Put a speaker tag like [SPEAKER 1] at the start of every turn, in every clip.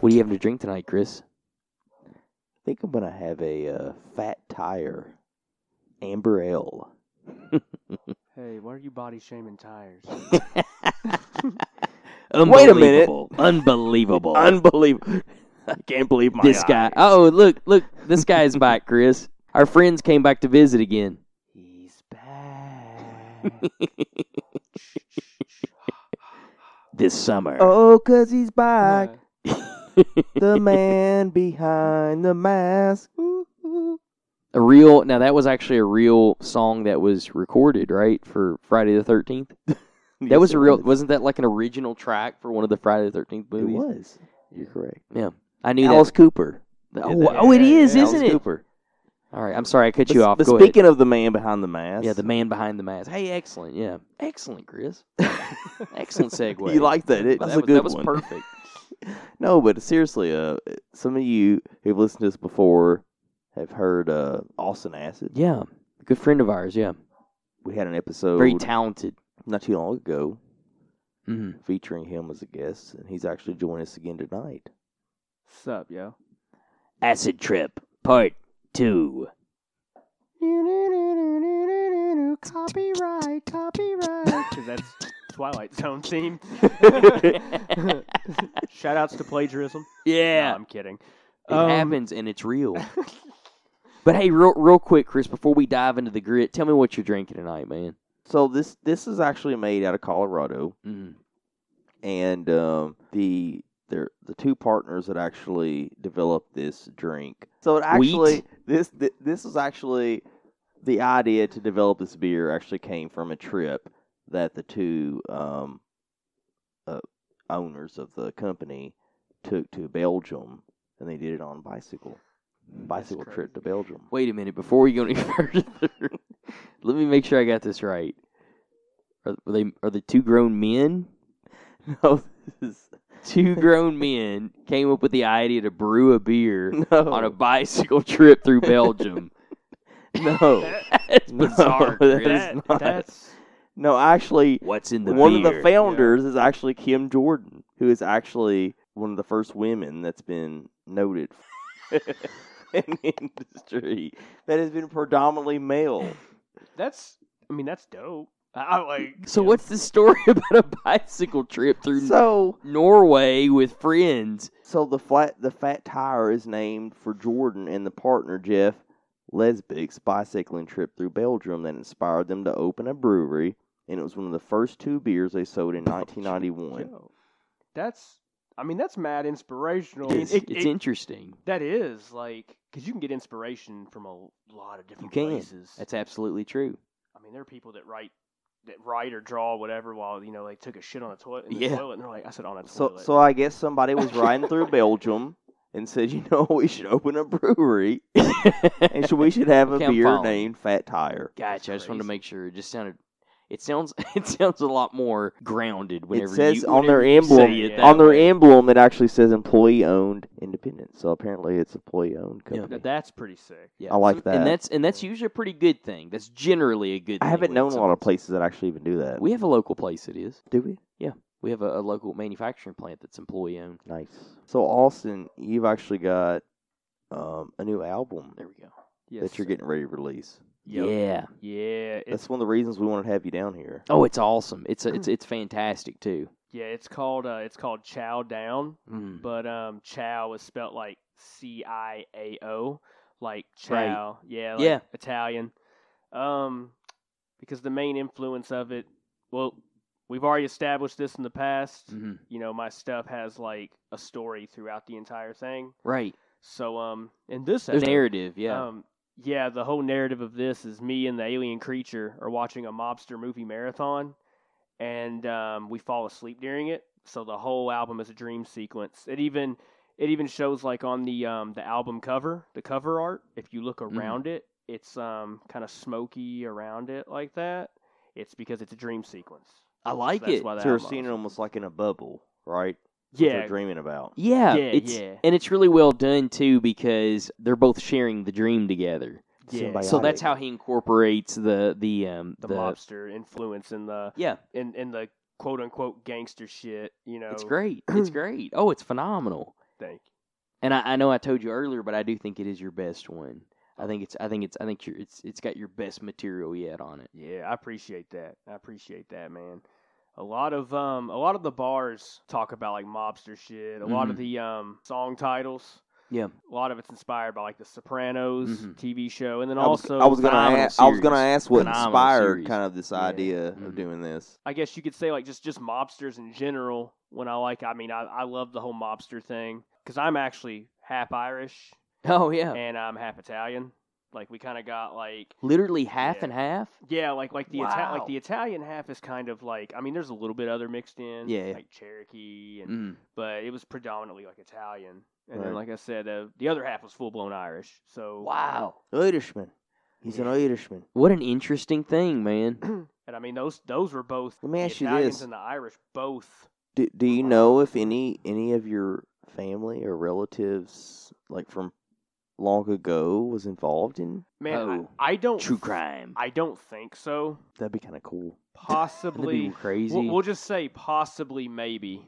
[SPEAKER 1] What are you having to drink tonight, Chris? I think I'm gonna have a uh, fat tire, amber ale.
[SPEAKER 2] Hey, why are you body shaming tires?
[SPEAKER 3] Wait a minute.
[SPEAKER 1] Unbelievable. Unbelievable.
[SPEAKER 3] Unbelievable. I can't believe my
[SPEAKER 1] this guy.
[SPEAKER 3] eyes.
[SPEAKER 1] Oh, look, look, this guy's back, Chris. Our friends came back to visit again.
[SPEAKER 2] He's back.
[SPEAKER 1] This summer.
[SPEAKER 3] Oh, cause he's back.
[SPEAKER 2] Uh,
[SPEAKER 3] the man behind the mask. Ooh, ooh.
[SPEAKER 1] A real now that was actually a real song that was recorded, right? For Friday the thirteenth. That
[SPEAKER 3] Yes,
[SPEAKER 1] was a
[SPEAKER 3] it
[SPEAKER 1] real
[SPEAKER 3] was.
[SPEAKER 1] wasn't that like an original track for one of the Friday the thirteenth
[SPEAKER 3] It
[SPEAKER 1] movies?
[SPEAKER 3] was. You're correct.
[SPEAKER 1] I knew
[SPEAKER 3] Alice Cooper.
[SPEAKER 1] that.
[SPEAKER 3] did
[SPEAKER 1] Oh,
[SPEAKER 3] that.
[SPEAKER 1] oh, it is,
[SPEAKER 2] Yeah,
[SPEAKER 1] isn't
[SPEAKER 3] Alice
[SPEAKER 1] it?
[SPEAKER 3] Cooper.
[SPEAKER 1] All right, I'm sorry I cut
[SPEAKER 3] But
[SPEAKER 1] you
[SPEAKER 3] s-
[SPEAKER 1] off.
[SPEAKER 3] But
[SPEAKER 1] Go ahead.
[SPEAKER 3] speaking of the man behind the mask,
[SPEAKER 1] Yeah, the man behind the mask. Hey, excellent. Yeah, excellent, Chris. excellent segue.
[SPEAKER 3] you like that? It,
[SPEAKER 1] Well,
[SPEAKER 3] that's
[SPEAKER 1] that was,
[SPEAKER 3] a good
[SPEAKER 1] that was
[SPEAKER 3] one.
[SPEAKER 1] perfect.
[SPEAKER 3] No, but seriously, uh, some of you who've listened to us before have heard uh, Austin Acid.
[SPEAKER 1] Yeah, good friend of ours. Yeah,
[SPEAKER 3] We had an episode
[SPEAKER 1] very talented.
[SPEAKER 3] not too long ago
[SPEAKER 1] hmm
[SPEAKER 3] featuring him as a guest, and he's actually joining us again tonight.
[SPEAKER 2] sup, yo?
[SPEAKER 1] Acid Trip Part Two.
[SPEAKER 2] Copyright, copyright. Uh, that's Twilight Zone theme. Shout outs to plagiarism. No,
[SPEAKER 1] yeah,
[SPEAKER 2] I'm kidding.
[SPEAKER 1] it
[SPEAKER 2] Um,
[SPEAKER 1] happens and it's real. but hey, real real quick, Chris, before we dive into the grit, tell me what you're drinking tonight, man.
[SPEAKER 3] So this this is actually made out of Colorado,
[SPEAKER 1] Mm.
[SPEAKER 3] and um, the they're the two partners that actually developed this drink. So it
[SPEAKER 1] Wheat?
[SPEAKER 3] actually this th- this is actually the idea to develop this beer actually came from a trip that the two um, uh, owners of the company took to Belgium, and they did it on bicycle
[SPEAKER 1] Mm,
[SPEAKER 3] bicycle
[SPEAKER 2] crazy.
[SPEAKER 3] trip to Belgium.
[SPEAKER 1] Wait a minute, before we go any further, let me make sure I got this right. Are, are they are the two grown men?
[SPEAKER 3] No, this is
[SPEAKER 1] Two grown men came up with the idea to brew a beer
[SPEAKER 3] no
[SPEAKER 1] on a bicycle trip through Belgium.
[SPEAKER 3] no.
[SPEAKER 2] That-
[SPEAKER 1] That's
[SPEAKER 3] No,
[SPEAKER 1] bizarre.
[SPEAKER 3] that
[SPEAKER 1] Chris.
[SPEAKER 3] is
[SPEAKER 2] that-
[SPEAKER 3] not.
[SPEAKER 2] that's
[SPEAKER 3] No, actually,
[SPEAKER 1] What's in the
[SPEAKER 3] one of
[SPEAKER 1] beer?
[SPEAKER 3] the founders is actually Kim Jordan, who is actually one of the first women that's been noted in the industry that has been predominantly male.
[SPEAKER 2] that's. I mean, that's dope. I, I like.
[SPEAKER 1] so what's the story about a bicycle trip through
[SPEAKER 3] So,
[SPEAKER 1] Norway with friends?
[SPEAKER 3] so the flat the fat tire is named for Jordan and the partner Jeff Lesbic's bicycling trip through Belgium that inspired them to open a brewery, and it was one of the first two beers they sold in 1991.
[SPEAKER 2] yo, that's. I mean, that's mad inspirational. I mean,
[SPEAKER 1] It's,
[SPEAKER 2] Oh, it-
[SPEAKER 1] it's
[SPEAKER 2] it-
[SPEAKER 1] interesting.
[SPEAKER 2] that is like because you can get inspiration from a lot of different
[SPEAKER 1] can.
[SPEAKER 2] places.
[SPEAKER 1] That's absolutely true.
[SPEAKER 2] I mean, there are people that write that write or draw whatever while you know they took a shit on a toilet in the
[SPEAKER 1] Yeah.
[SPEAKER 2] toilet and they're like, I said on a
[SPEAKER 3] So,
[SPEAKER 2] toilet.
[SPEAKER 3] so I guess somebody was riding through Belgium and said, you know, we should open a brewery, and so we should have a
[SPEAKER 1] Okay, I'm
[SPEAKER 3] beer
[SPEAKER 1] following.
[SPEAKER 3] named Fat Tire.
[SPEAKER 1] Gotcha. I just wanted to
[SPEAKER 2] crazy.
[SPEAKER 1] make sure. It just sounded. It sounds. It sounds a lot more grounded. Whenever
[SPEAKER 3] it says
[SPEAKER 1] you,
[SPEAKER 3] on their
[SPEAKER 1] whenever you
[SPEAKER 3] emblem,
[SPEAKER 1] say it
[SPEAKER 2] yeah.
[SPEAKER 1] that
[SPEAKER 3] on their
[SPEAKER 1] way.
[SPEAKER 3] emblem, it actually says employee-owned independent. So apparently, it's employee-owned
[SPEAKER 1] Yeah.
[SPEAKER 3] company.
[SPEAKER 2] Th- that's pretty sick.
[SPEAKER 1] Yeah.
[SPEAKER 3] I like that.
[SPEAKER 1] And that's and that's usually a pretty good thing. That's generally a good.
[SPEAKER 3] I
[SPEAKER 1] thing
[SPEAKER 3] haven't
[SPEAKER 1] when
[SPEAKER 3] known a lot of
[SPEAKER 1] someone's-
[SPEAKER 3] places that actually even do that.
[SPEAKER 1] We have a local place. It is.
[SPEAKER 3] do we?
[SPEAKER 1] We have a, a local manufacturing plant that's employee owned.
[SPEAKER 3] Nice. So Austin, you've actually got um, a new album
[SPEAKER 1] There we go.
[SPEAKER 2] Yes,
[SPEAKER 3] that you're getting ready to release.
[SPEAKER 2] Yep.
[SPEAKER 1] Yeah.
[SPEAKER 2] Yeah, it's
[SPEAKER 3] That's one of the reasons we wanted to have you down here.
[SPEAKER 1] Oh, it's awesome. It's a, it's it's fantastic too.
[SPEAKER 2] yeah, it's called uh, it's called Chow Down,
[SPEAKER 1] Mm.
[SPEAKER 2] but um, Chow is spelt like C I A O, like
[SPEAKER 1] Right.
[SPEAKER 2] Chow. Yeah, like
[SPEAKER 1] Yeah.
[SPEAKER 2] Italian. Um, because the main influence of it, well, we've already established this in the past.
[SPEAKER 1] Mhm.
[SPEAKER 2] You know, my stuff has like a story throughout the entire thing.
[SPEAKER 1] Right.
[SPEAKER 2] So um, in this
[SPEAKER 1] There's Oh.
[SPEAKER 2] episode-
[SPEAKER 1] narrative. Yeah.
[SPEAKER 2] Um, yeah, the whole narrative of this is me and the alien creature are watching a mobster movie marathon, and um, we fall asleep during it. So the whole album is a dream sequence. It even it even shows like on the um, the album cover, the cover art. If you look
[SPEAKER 1] Mm-hmm.
[SPEAKER 2] around it, it's um, kind of smoky around it like that. It's because it's a dream sequence.
[SPEAKER 1] I like
[SPEAKER 2] that's
[SPEAKER 1] it.
[SPEAKER 2] Why the
[SPEAKER 3] So you're
[SPEAKER 2] album
[SPEAKER 3] seeing it
[SPEAKER 2] is-
[SPEAKER 3] almost like in a bubble, right? That's what
[SPEAKER 2] yeah,
[SPEAKER 3] they're dreaming about.
[SPEAKER 1] Yeah,
[SPEAKER 2] Yeah,
[SPEAKER 1] it's
[SPEAKER 2] yeah.
[SPEAKER 1] and it's really well done too because they're both sharing the dream together.
[SPEAKER 2] yeah.
[SPEAKER 3] symbiotic.
[SPEAKER 1] So that's how he incorporates the the um
[SPEAKER 2] the, mobster influence and the
[SPEAKER 1] Yeah,
[SPEAKER 2] and and the quote unquote gangster shit. You know,
[SPEAKER 1] it's great. It's great. Oh, it's phenomenal.
[SPEAKER 2] think.
[SPEAKER 1] And I, I know I told you earlier, but I do think it is your best one. I think it's I think it's I think your it's it's got your best material yet on it.
[SPEAKER 2] Yeah, I appreciate that. I appreciate that, man. A lot of um, a lot of the bars talk about like mobster shit. A
[SPEAKER 3] Mm-hmm.
[SPEAKER 2] lot of the um, song titles.
[SPEAKER 1] Yeah.
[SPEAKER 2] A lot of it's inspired by like the Sopranos
[SPEAKER 1] Mhm.
[SPEAKER 2] TV show, and then
[SPEAKER 3] Mm-hmm. I was,
[SPEAKER 2] also
[SPEAKER 3] I was gonna
[SPEAKER 1] phenomenal
[SPEAKER 3] ask, I was gonna
[SPEAKER 1] series.
[SPEAKER 3] ask what
[SPEAKER 1] Phenomenal
[SPEAKER 3] inspired
[SPEAKER 1] series.
[SPEAKER 3] kind of this
[SPEAKER 2] Yeah.
[SPEAKER 3] idea
[SPEAKER 1] Mhm.
[SPEAKER 3] of doing this.
[SPEAKER 2] I guess you could say like just just mobsters in general. When I like, I mean, I, I love the whole mobster thing because I'm actually half Irish
[SPEAKER 1] Oh yeah.
[SPEAKER 2] and I'm half Italian. Like we kind of got like
[SPEAKER 1] Literally half
[SPEAKER 2] Yeah.
[SPEAKER 1] and half.
[SPEAKER 2] yeah, like like the Ita-
[SPEAKER 1] Wow.
[SPEAKER 2] like the Italian half is kind of like I mean, there's a little bit other mixed in
[SPEAKER 1] Yeah, yeah.
[SPEAKER 2] like Cherokee and
[SPEAKER 1] Mm.
[SPEAKER 2] but it was predominantly like Italian. And then,
[SPEAKER 3] Right.
[SPEAKER 2] like I said, uh, the other half was full blown Irish. So
[SPEAKER 1] Wow.
[SPEAKER 3] Irishman.
[SPEAKER 2] He's an
[SPEAKER 3] Irishman.
[SPEAKER 1] What an interesting thing, man.
[SPEAKER 2] and I mean those those were both
[SPEAKER 3] Let me
[SPEAKER 2] the
[SPEAKER 3] ask you
[SPEAKER 2] Italians
[SPEAKER 3] this.
[SPEAKER 2] and the Irish both.
[SPEAKER 3] Do Do you know if any any of your family or relatives, like from long ago, was involved in?
[SPEAKER 2] Man, I-
[SPEAKER 1] Oh.
[SPEAKER 2] I, don't
[SPEAKER 1] True
[SPEAKER 2] th-
[SPEAKER 1] crime.
[SPEAKER 2] I don't think so.
[SPEAKER 3] That'd be kind of cool.
[SPEAKER 1] That'd be
[SPEAKER 2] Possibly.
[SPEAKER 1] crazy.
[SPEAKER 2] we'll, we'll just say possibly, maybe.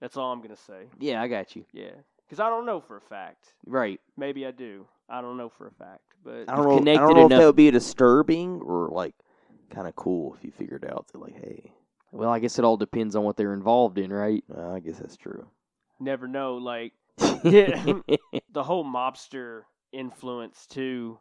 [SPEAKER 2] That's all I'm gonna say.
[SPEAKER 1] yeah, I got you.
[SPEAKER 2] Yeah, because I don't know for a fact.
[SPEAKER 1] Right.
[SPEAKER 2] Maybe I do. I don't know for a fact, but
[SPEAKER 3] I
[SPEAKER 1] You've
[SPEAKER 3] don't know. I
[SPEAKER 1] connected
[SPEAKER 3] don't know if
[SPEAKER 1] enough-
[SPEAKER 3] that would be disturbing or like kind of cool if you figured out that like, hey,
[SPEAKER 1] Well, I guess it all depends on what they're involved in, right?
[SPEAKER 3] well, I guess that's true.
[SPEAKER 2] never know. Like Yeah. the whole mobster influence too.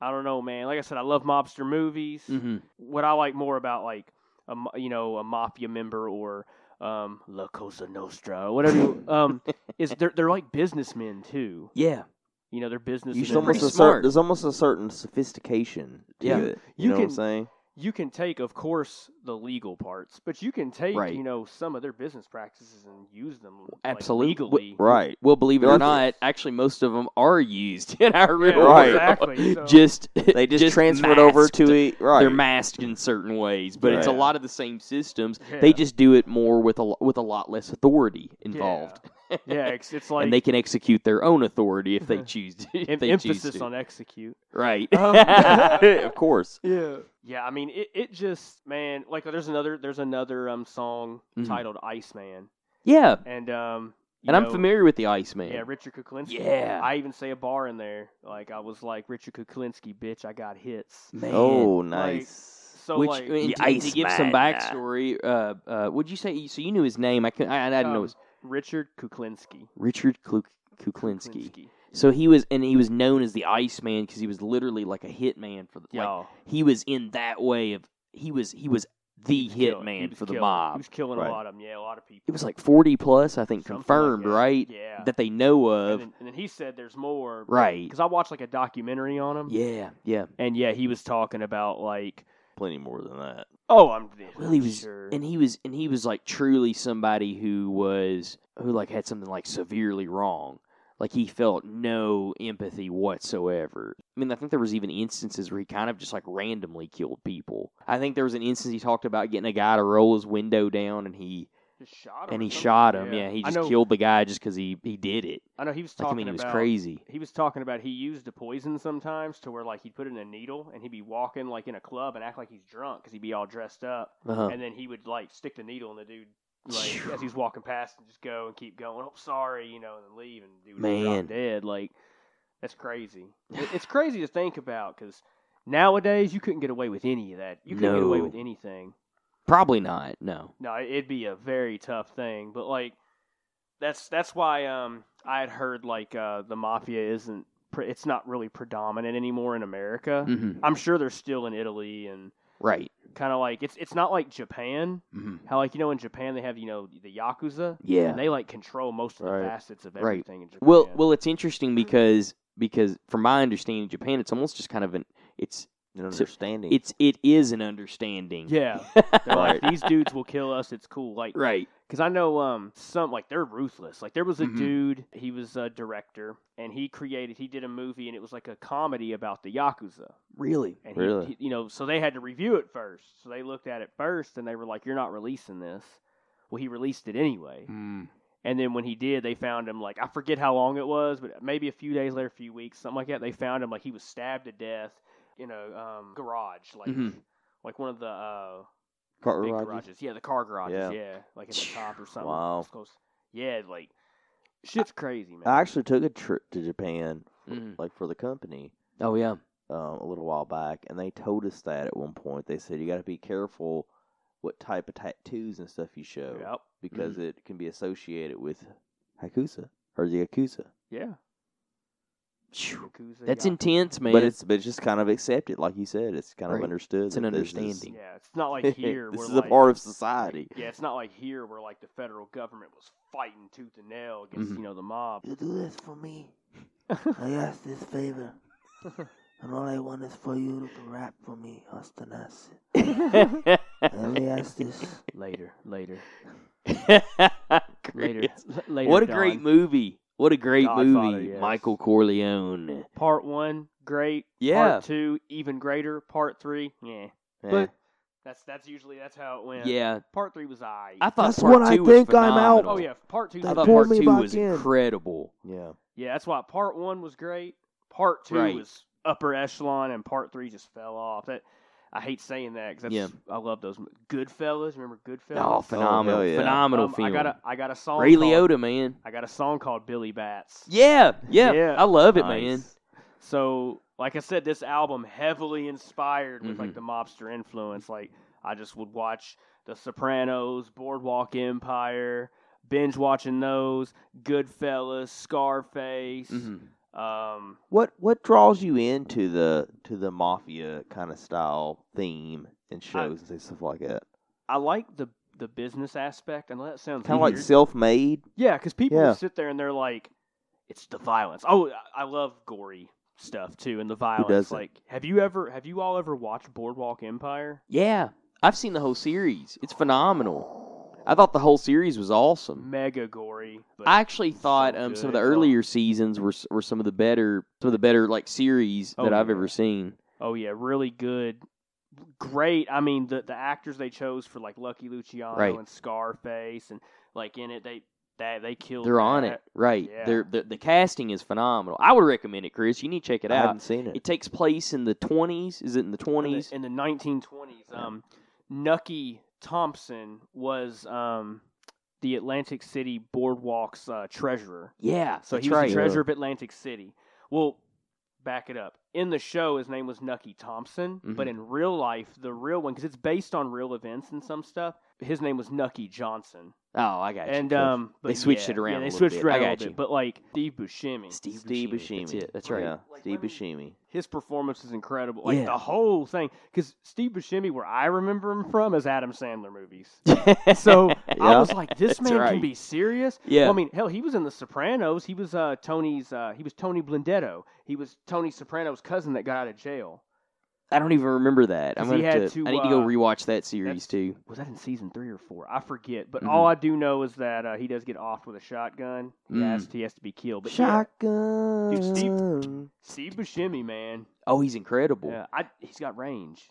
[SPEAKER 2] I don't know, man. Like I said, I love mobster movies.
[SPEAKER 1] hmm
[SPEAKER 2] What I like more about like a mo- you know a mafia member or um, La Cosa Nostra, whatever, you, um, is they're they're like businessmen too.
[SPEAKER 1] Yeah.
[SPEAKER 2] You know, they're businessmen.
[SPEAKER 3] There's
[SPEAKER 1] should
[SPEAKER 3] almost
[SPEAKER 1] pretty
[SPEAKER 3] a
[SPEAKER 1] smart.
[SPEAKER 3] cer- there's almost a certain sophistication to
[SPEAKER 1] Yeah.
[SPEAKER 3] it. You,
[SPEAKER 2] You
[SPEAKER 3] know what I'm
[SPEAKER 2] can-
[SPEAKER 3] saying?
[SPEAKER 2] you can take, of course, the legal parts, but you can take
[SPEAKER 1] Right.
[SPEAKER 2] you know some of their business practices and use them like,
[SPEAKER 1] Absolute-
[SPEAKER 2] legally.
[SPEAKER 3] Right.
[SPEAKER 1] Well, believe it or
[SPEAKER 3] Those-
[SPEAKER 1] not, actually, most of them are used in our real
[SPEAKER 3] right.
[SPEAKER 1] world.
[SPEAKER 2] exactly, so-
[SPEAKER 1] Just
[SPEAKER 3] They just, transferred over
[SPEAKER 1] masked.
[SPEAKER 3] to
[SPEAKER 2] e-,
[SPEAKER 3] it. Right.
[SPEAKER 1] They're masked in certain ways, but it's a
[SPEAKER 3] Yeah.
[SPEAKER 1] lot of the same systems.
[SPEAKER 2] Yeah.
[SPEAKER 1] They just do it more with a lo- with a lot less authority involved,
[SPEAKER 2] Yeah, Yeah, it's, it's like
[SPEAKER 1] and they can execute their own authority if they choose. To, if
[SPEAKER 2] em-
[SPEAKER 1] they choose
[SPEAKER 2] emphasis
[SPEAKER 1] to.
[SPEAKER 2] on execute.
[SPEAKER 1] right.
[SPEAKER 2] Uh, Um,
[SPEAKER 3] of course.
[SPEAKER 2] Yeah. Yeah, I mean it, it just man, like there's another there's another um song
[SPEAKER 1] Mhm.
[SPEAKER 2] titled Iceman.
[SPEAKER 1] yeah,
[SPEAKER 2] And um you
[SPEAKER 1] and I'm
[SPEAKER 2] know,
[SPEAKER 1] familiar with the Iceman.
[SPEAKER 2] Yeah, Richard Kuklinski.
[SPEAKER 1] Yeah.
[SPEAKER 2] I even say a bar in there. Like I was like Richard Kuklinski, bitch, I got hits.
[SPEAKER 1] Man.
[SPEAKER 3] Oh, nice.
[SPEAKER 2] So
[SPEAKER 1] Which
[SPEAKER 2] like
[SPEAKER 1] and
[SPEAKER 3] the
[SPEAKER 1] to, to give some
[SPEAKER 3] Iceman, yeah.
[SPEAKER 1] backstory, uh, uh, would you say? So you knew his name. I could, I, I didn't know
[SPEAKER 2] um,
[SPEAKER 1] his
[SPEAKER 2] Richard Kuklinski.
[SPEAKER 1] Richard Kluk Kuklinski. So he was, and he was known as the Iceman because he was literally like a hitman for the. Like,
[SPEAKER 2] Yeah.
[SPEAKER 1] he was in that way of he was he was the hitman for the
[SPEAKER 2] He
[SPEAKER 1] mob.
[SPEAKER 2] was killing
[SPEAKER 3] Right.
[SPEAKER 2] a lot of them. Yeah, a lot of people.
[SPEAKER 1] It was like forty plus, I think,
[SPEAKER 2] Something like
[SPEAKER 1] confirmed,
[SPEAKER 2] that.
[SPEAKER 1] right?
[SPEAKER 2] Yeah.
[SPEAKER 1] That they know
[SPEAKER 2] and,
[SPEAKER 1] of,
[SPEAKER 2] then, and then he said there's more.
[SPEAKER 1] right?
[SPEAKER 2] Because I watched like a documentary on him.
[SPEAKER 1] Yeah, yeah.
[SPEAKER 2] And yeah, he was talking about like,
[SPEAKER 3] Plenty more than that.
[SPEAKER 2] oh, I'm.
[SPEAKER 1] Well, he was,
[SPEAKER 2] sure.
[SPEAKER 1] and he was, and he was like truly somebody who was who like had something like severely wrong. Like he felt no empathy whatsoever. I mean, I think there was even instances where he kind of just like randomly killed people. I think there was an instance he talked about getting a guy to roll his window down, and he
[SPEAKER 2] just shot him.
[SPEAKER 1] and
[SPEAKER 2] or
[SPEAKER 1] he
[SPEAKER 2] something.
[SPEAKER 1] shot him. Yeah, he
[SPEAKER 2] I
[SPEAKER 1] just
[SPEAKER 2] know,
[SPEAKER 1] killed the guy just because he he did it.
[SPEAKER 2] I know he was
[SPEAKER 1] Like, I
[SPEAKER 2] talking
[SPEAKER 1] mean, he was
[SPEAKER 2] about.
[SPEAKER 1] crazy.
[SPEAKER 2] He was talking about he used a poison sometimes to where like he'd put in a needle and he'd be walking like in a club and act like he's drunk because he'd be all dressed up
[SPEAKER 1] Uh-huh.
[SPEAKER 2] and then he would like stick the needle in the dude like as he's walking past and just go and keep going. Oh, sorry, you know, and then leave and dude would
[SPEAKER 1] Man.
[SPEAKER 2] drop dead. Like that's crazy. It- it's crazy to think about because nowadays you couldn't get away with any of that. You couldn't get away
[SPEAKER 1] No.
[SPEAKER 2] with anything.
[SPEAKER 1] Probably not. No.
[SPEAKER 2] No, it- it'd be a very tough thing. But like, that's that's why um I had heard like uh the mafia isn't pre- it's not really predominant anymore in America.
[SPEAKER 1] hmm
[SPEAKER 2] I'm sure they're still in Italy and
[SPEAKER 1] Right.
[SPEAKER 2] kind of like it's it's not like Japan.
[SPEAKER 1] hmm
[SPEAKER 2] How like you know in Japan they have you know the yakuza
[SPEAKER 1] Yeah.
[SPEAKER 2] and they like control most of the
[SPEAKER 3] Right.
[SPEAKER 2] facets of
[SPEAKER 1] Right.
[SPEAKER 2] everything in Japan.
[SPEAKER 1] Well, well, it's interesting because because from my understanding, Japan, it's almost just kind of an it's
[SPEAKER 3] An understanding.
[SPEAKER 1] it's it is an understanding.
[SPEAKER 2] yeah, they're like these dudes will kill us. It's cool. Like
[SPEAKER 1] Right.
[SPEAKER 2] Because I know um some like they're ruthless. Like there was a
[SPEAKER 1] Mhm.
[SPEAKER 2] dude, he was a director, and he created, he did a movie, and it was like a comedy about the yakuza.
[SPEAKER 1] Really.
[SPEAKER 2] And he-
[SPEAKER 3] Really?
[SPEAKER 2] he- you know, so they had to review it first. So they looked at it first, and they were like, "You're not releasing this." Well, he released it anyway.
[SPEAKER 1] Mm.
[SPEAKER 2] And then when he did, they found him like I forget how long it was, but maybe a few days later, a few weeks, something like that. They found him like he was stabbed to death in a um, garage, like
[SPEAKER 1] Mhm.
[SPEAKER 2] like one of the uh,
[SPEAKER 3] Car
[SPEAKER 2] big
[SPEAKER 3] garages.
[SPEAKER 2] garages. Yeah, the car garages.
[SPEAKER 3] Yeah.
[SPEAKER 2] Yeah, like at the top or something.
[SPEAKER 3] Wow.
[SPEAKER 2] It's close. Yeah, like Shit's crazy, man.
[SPEAKER 3] I actually took a trip to Japan,
[SPEAKER 1] Mhm.
[SPEAKER 3] like for the company,
[SPEAKER 1] Oh yeah.
[SPEAKER 3] um, a little while back, and they told us that at one point. They said you got to be careful what type of tattoos and stuff you show
[SPEAKER 2] Yep.
[SPEAKER 3] because it can be associated with Hakusa or the Yakuza.
[SPEAKER 2] Yeah.
[SPEAKER 1] Phew.
[SPEAKER 2] Yakuza,
[SPEAKER 1] That's
[SPEAKER 2] yakuza.
[SPEAKER 1] intense, man.
[SPEAKER 3] But it's but it's just kind of accepted, like you said. It's kind
[SPEAKER 1] Right.
[SPEAKER 3] of understood.
[SPEAKER 1] It's an
[SPEAKER 3] that this is-
[SPEAKER 1] understanding.
[SPEAKER 2] Yeah, it's not like here.
[SPEAKER 3] this
[SPEAKER 2] where
[SPEAKER 3] is
[SPEAKER 2] like,
[SPEAKER 3] a part of society.
[SPEAKER 2] Yeah, it's not like here where like the federal government was fighting tooth and nail against
[SPEAKER 1] Mhm.
[SPEAKER 2] you know the mob.
[SPEAKER 4] You do this for me. I ask this favor. And all I want is for you to rap for me, Austin Acid. I only ask this.
[SPEAKER 2] Later, later,
[SPEAKER 1] Great.
[SPEAKER 2] later.
[SPEAKER 1] What a great
[SPEAKER 2] Don.
[SPEAKER 1] movie. What a great
[SPEAKER 2] Godfather,
[SPEAKER 1] movie.
[SPEAKER 2] yes.
[SPEAKER 1] Michael Corleone.
[SPEAKER 2] Part one, great.
[SPEAKER 1] Yeah.
[SPEAKER 2] Part two, even greater. Part three, yeah.
[SPEAKER 3] Yeah.
[SPEAKER 2] But that's that's usually that's how it went.
[SPEAKER 1] Yeah.
[SPEAKER 2] Part three was I.
[SPEAKER 1] I thought
[SPEAKER 4] That's
[SPEAKER 1] part
[SPEAKER 4] what I
[SPEAKER 1] two was
[SPEAKER 4] think I'm out.
[SPEAKER 1] phenomenal.
[SPEAKER 2] oh yeah, part two.
[SPEAKER 1] I
[SPEAKER 4] That
[SPEAKER 1] thought part
[SPEAKER 4] pulled me
[SPEAKER 1] two
[SPEAKER 4] back
[SPEAKER 1] was
[SPEAKER 4] in.
[SPEAKER 1] incredible.
[SPEAKER 3] yeah,
[SPEAKER 2] yeah, that's why part one was great. Part two
[SPEAKER 1] Right.
[SPEAKER 2] was upper echelon, and part three just fell off. That I hate saying that because
[SPEAKER 1] Yeah.
[SPEAKER 2] I love those m- Goodfellas. Remember Goodfellas?
[SPEAKER 1] Oh, phenomenal,
[SPEAKER 3] hell yeah.
[SPEAKER 1] phenomenal
[SPEAKER 2] Um,
[SPEAKER 1] film.
[SPEAKER 2] I got a I got a song.
[SPEAKER 1] Ray
[SPEAKER 2] called,
[SPEAKER 1] Liotta, man.
[SPEAKER 2] I got a song called Billy Bats.
[SPEAKER 1] Yeah, yeah,
[SPEAKER 2] Yeah.
[SPEAKER 1] I love it,
[SPEAKER 3] Nice.
[SPEAKER 1] man.
[SPEAKER 2] So, like I said, this album heavily inspired with
[SPEAKER 1] Mhm.
[SPEAKER 2] like the mobster influence. Like I just would watch The Sopranos, Boardwalk Empire, binge watching those, Goodfellas, Scarface.
[SPEAKER 1] Mhm.
[SPEAKER 2] Um,
[SPEAKER 3] What what draws you into the to the mafia kind of style theme and shows and stuff like that?
[SPEAKER 2] I like the the business aspect. I know that sounds
[SPEAKER 3] Kind of
[SPEAKER 2] weird.
[SPEAKER 3] like self made.
[SPEAKER 2] yeah, because people
[SPEAKER 3] Yeah.
[SPEAKER 2] sit there and they're like, it's the violence. Oh, I- I love gory stuff too, and the violence.
[SPEAKER 3] doesn't?
[SPEAKER 2] Like, have you ever have you all ever watched Boardwalk Empire?
[SPEAKER 1] Yeah, I've seen the whole series. It's phenomenal. I thought the whole series was awesome.
[SPEAKER 2] Mega gory. But
[SPEAKER 1] I actually thought
[SPEAKER 2] so
[SPEAKER 1] um, some of
[SPEAKER 2] good.
[SPEAKER 1] the
[SPEAKER 2] Oh.
[SPEAKER 1] earlier seasons were s- were some of the better some of the better like series
[SPEAKER 2] Oh,
[SPEAKER 1] that I've
[SPEAKER 2] yeah.
[SPEAKER 1] ever seen.
[SPEAKER 2] Oh yeah, really good, great. I mean, the the actors they chose for like Lucky Luciano
[SPEAKER 1] Right.
[SPEAKER 2] and Scarface, and like in it they that they killed.
[SPEAKER 1] They're on
[SPEAKER 2] that.
[SPEAKER 1] it, right?
[SPEAKER 2] Yeah.
[SPEAKER 1] They're, the the casting is phenomenal. I would recommend it, Chris. You need to check it
[SPEAKER 3] I
[SPEAKER 1] out.
[SPEAKER 3] haven't seen it.
[SPEAKER 1] It takes place in the twenties. Is it in the
[SPEAKER 2] In the-
[SPEAKER 1] twenties?
[SPEAKER 2] in the nineteen twenties. Um, Nucky Thompson was um the Atlantic City Boardwalk's uh, treasurer.
[SPEAKER 1] Yeah,
[SPEAKER 2] So
[SPEAKER 1] that's
[SPEAKER 2] he was
[SPEAKER 1] right.
[SPEAKER 2] the treasurer of Atlantic City. Well, back it up. In the show, his name was Nucky Thompson, but
[SPEAKER 1] Mhm.
[SPEAKER 2] in real life, the real one, because it's based on real events and some stuff, his name was Nucky Johnson.
[SPEAKER 1] Oh, I got you.
[SPEAKER 2] and
[SPEAKER 1] Gotcha.
[SPEAKER 2] um, but
[SPEAKER 1] They switched
[SPEAKER 2] yeah,
[SPEAKER 1] it around
[SPEAKER 2] Yeah,
[SPEAKER 1] a
[SPEAKER 2] they
[SPEAKER 1] little
[SPEAKER 2] switched
[SPEAKER 1] bit.
[SPEAKER 2] around
[SPEAKER 1] I
[SPEAKER 2] a
[SPEAKER 1] got
[SPEAKER 2] little
[SPEAKER 1] you.
[SPEAKER 2] bit. But like Steve Buscemi,
[SPEAKER 1] Steve,
[SPEAKER 3] Steve
[SPEAKER 1] Buscemi. That's
[SPEAKER 3] Buscemi.
[SPEAKER 1] it. That's right.
[SPEAKER 3] Yeah,
[SPEAKER 2] Like,
[SPEAKER 3] Steve
[SPEAKER 2] women-
[SPEAKER 3] Buscemi.
[SPEAKER 2] his performance is incredible. Like
[SPEAKER 1] Yeah.
[SPEAKER 2] the whole thing, because Steve Buscemi, where I remember him from, is Adam Sandler movies. So I
[SPEAKER 3] Yeah.
[SPEAKER 2] was like, this
[SPEAKER 1] That's
[SPEAKER 2] man
[SPEAKER 1] right.
[SPEAKER 2] can be serious.
[SPEAKER 1] yeah,
[SPEAKER 2] Well, I mean, hell, he was in The Sopranos. He was uh, Tony's. Uh, he was Tony Blindetto. He was Tony Soprano's cousin that got out of jail.
[SPEAKER 1] I don't even remember that. I'm
[SPEAKER 2] 'Cause he
[SPEAKER 1] gonna have
[SPEAKER 2] had
[SPEAKER 1] to,
[SPEAKER 2] to,
[SPEAKER 1] I need to go
[SPEAKER 2] uh,
[SPEAKER 1] rewatch that series too.
[SPEAKER 2] Was that in season three or four? I forget. But all I do know is that uh, he does get off with a shotgun. He,
[SPEAKER 1] Mm-hmm. Mm.
[SPEAKER 2] has, he has to be killed. But yeah,
[SPEAKER 3] Shotgun.
[SPEAKER 2] Steve- Steve Buscemi, man,
[SPEAKER 1] Oh, he's incredible. Yeah.
[SPEAKER 2] yeah, I, he's got range.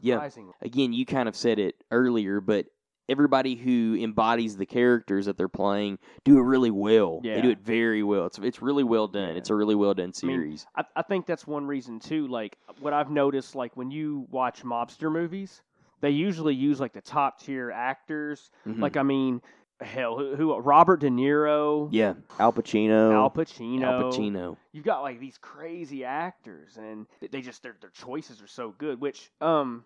[SPEAKER 1] Yeah.
[SPEAKER 2] Surprisingly,
[SPEAKER 1] Again, you kind of said it earlier, but everybody who embodies the characters that they're playing do it really well. They
[SPEAKER 2] Yeah.
[SPEAKER 1] do it very well. It's it's really well done.
[SPEAKER 2] Yeah.
[SPEAKER 1] It's a really well done
[SPEAKER 2] I mean,
[SPEAKER 1] series.
[SPEAKER 2] I, I think that's one reason too. Like what I've noticed, like when you watch mobster movies, they usually use like the top tier actors.
[SPEAKER 1] Mhm.
[SPEAKER 2] Like I mean, hell, who, who Robert De Niro,
[SPEAKER 1] yeah,
[SPEAKER 3] Al Pacino.
[SPEAKER 2] Al Pacino.
[SPEAKER 1] Al Pacino.
[SPEAKER 2] You've got like these crazy actors, and they just their their choices are so good. Which um,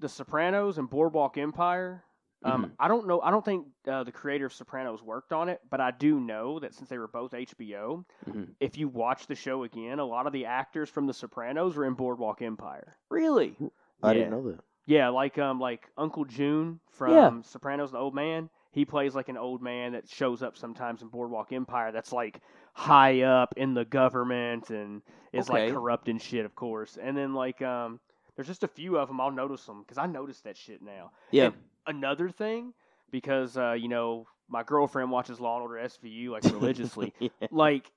[SPEAKER 2] The Sopranos and Boardwalk Empire. Um, I don't know. I don't think uh, the creator of Sopranos worked on it, but I do know that since they were both HBO,
[SPEAKER 1] Mhm.
[SPEAKER 2] if you watch the show again, a lot of the actors from The Sopranos were in Boardwalk Empire.
[SPEAKER 1] Really?
[SPEAKER 3] I
[SPEAKER 2] Yeah.
[SPEAKER 3] didn't know that.
[SPEAKER 2] Yeah, like um, like Uncle June from
[SPEAKER 1] Yeah.
[SPEAKER 2] Sopranos, the old man. He plays like an old man that shows up sometimes in Boardwalk Empire. That's like high up in the government and is
[SPEAKER 1] Okay.
[SPEAKER 2] like corrupt and shit, of course. And then like um, there's just a few of them. I'll notice them because I notice that shit now.
[SPEAKER 1] Yeah.
[SPEAKER 2] And another thing, because uh, you know my girlfriend watches Law and Order SVU like religiously.
[SPEAKER 1] Yeah.
[SPEAKER 2] like